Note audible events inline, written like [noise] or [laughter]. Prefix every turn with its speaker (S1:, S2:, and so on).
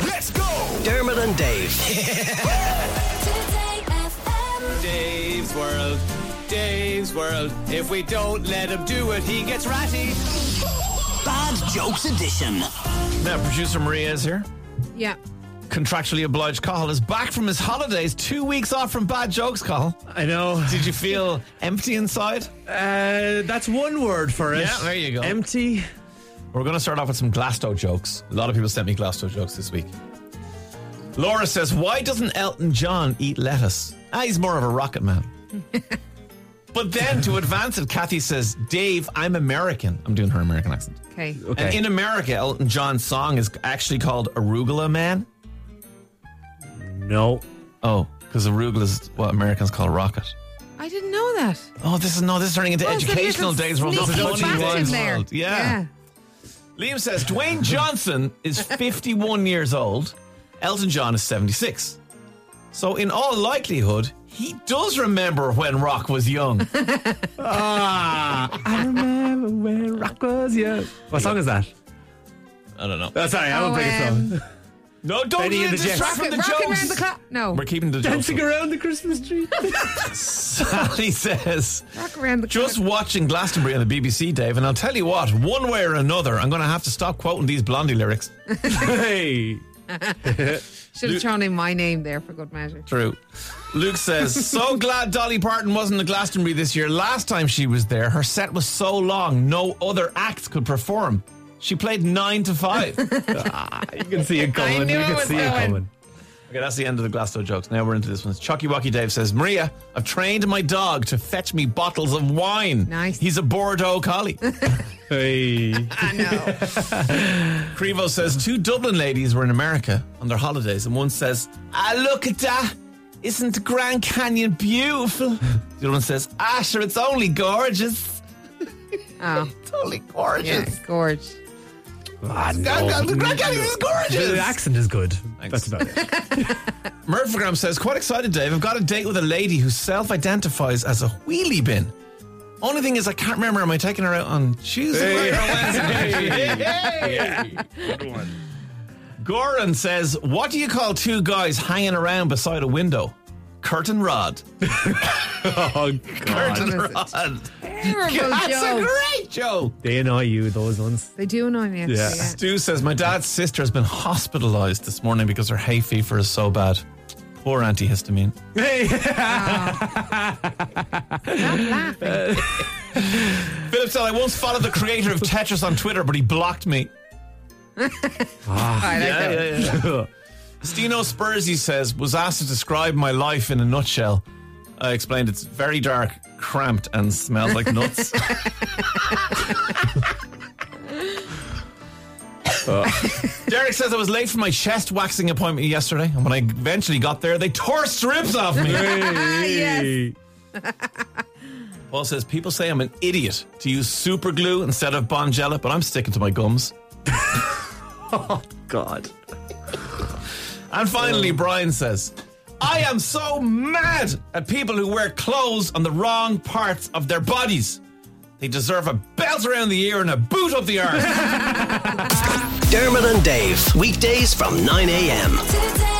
S1: Let's go!
S2: Dermot and Dave.
S3: Today FM.
S4: Dave's World. Dave's World. If we don't let him do it, he gets ratty.
S2: Bad Jokes Edition.
S5: Now, producer Maria is here.
S6: Yeah.
S5: Contractually obliged, Cahill is back from his holidays, two weeks off from bad jokes, Cahill.
S7: I know.
S5: Did you feel empty inside?
S7: Uh, that's one word for it.
S5: Yeah, there you go.
S7: Empty.
S5: We're going to start off with some Glasto jokes. A lot of people sent me Glasto jokes this week. Laura says, Why doesn't Elton John eat lettuce? Ah, he's more of a rocket man. but then to advance it, Kathy says, Dave, I'm American. I'm doing her American accent.
S6: Okay.
S5: And
S7: Okay.
S5: in America, Elton John's song is actually called Arugula Man.
S7: no.
S5: Oh, because arugula is what Americans call rocket.
S6: I didn't know that.
S5: Oh, this is no, this is turning into
S6: Well, it's a
S5: educational
S6: little
S5: days. World. This is
S6: sneaky
S5: only
S6: fact
S5: one
S6: in there.
S5: world. Yeah. Liam says Dwayne Johnson
S6: [laughs]
S5: is 51 years old. Elton John is 76. So, in all likelihood, he does remember when Rock was young.
S7: I remember where rock was, yeah. What song is that?
S5: I don't know.
S7: Oh, sorry, I
S6: Oh,
S7: won't break it
S6: um,
S7: song.
S5: [laughs] No, don't
S7: Benny and the
S5: distract
S7: Jets.
S5: from the
S6: Rocking around
S5: jokes.
S6: the clock. No.
S5: We're keeping the jokes. [laughs]
S7: Dancing around the Christmas tree.
S5: Sally says.
S6: Rock around the
S5: Just
S6: clock.
S5: watching Glastonbury on the BBC, Dave, and I'll tell you what, one way or another, I'm going to have to stop quoting these Blondie lyrics.
S7: [laughs] hey.
S6: Should have thrown in my name there for good measure.
S5: [laughs] True. Luke says, So glad Dolly Parton wasn't at Glastonbury this year. Last time she was there, her set was so long, no other acts could perform. She played nine to five. okay,
S7: You can see it coming.
S6: knew
S7: you
S6: it
S7: can
S6: was
S7: see it
S6: going.
S7: coming.
S5: that's the end of the Glasto jokes. Now we're into this one. Chucky Wacky Dave says, Maria, I've trained my dog to fetch me bottles of wine.
S6: Nice.
S5: He's a Bordeaux collie.
S7: Hey.
S6: I know.
S5: Crevo says two Dublin ladies were in America on their holidays, and one says, "Ah, look at that! Isn't the Grand Canyon beautiful?" [laughs] the other one says, "Ah, sure, it's only gorgeous.
S6: [laughs] Oh,
S5: [laughs] It's only
S6: yeah,
S5: gorgeous.
S6: gorge.
S7: Ah,
S5: God, God,
S7: no.
S5: the Grand Canyon is
S7: The
S5: gorgeous."
S7: accent is good. That's about [laughs] it.
S5: Murphagram says, "Quite excited, Dave. I've got a date with a lady who self-identifies as a wheelie bin. Only thing is, I can't remember. Am I taking her out on Tuesday?" [laughs] Goran says, What do you call two guys hanging around beside a window? Curtain rod.
S7: oh, God.
S5: Curtain
S6: Honest.
S5: rod. [laughs]
S6: Terrible
S5: That's a
S6: joke.
S5: great joke.
S7: They annoy you, those ones.
S6: They do annoy me. Actually,
S7: Yeah.
S6: yeah.
S5: Stu says, My dad's sister has been hospitalized this morning because her hay fever is so bad. Poor antihistamine.
S7: [laughs] Hey.
S6: Stop laughing.
S5: Philip said, I once followed the creator of Tetris on Twitter, but he blocked me.
S6: I like that.
S5: Stino Spursy says, was asked to describe my life in a nutshell. I explained it's very dark, cramped, and smells like nuts. Uh, Derek says I was late for my chest waxing appointment yesterday, and when I eventually got there, they tore strips off me.
S7: Hey.
S5: Paul says people say I'm an idiot to use super glue instead of Bonjela, but I'm sticking to my gums.
S7: God.
S5: And finally, Brian says, I am so mad at people who wear clothes on the wrong parts of their bodies. They deserve a belt around the ear and a boot up the arse.
S2: Dermot and Dave. Weekdays from 9 a.m.
S3: Today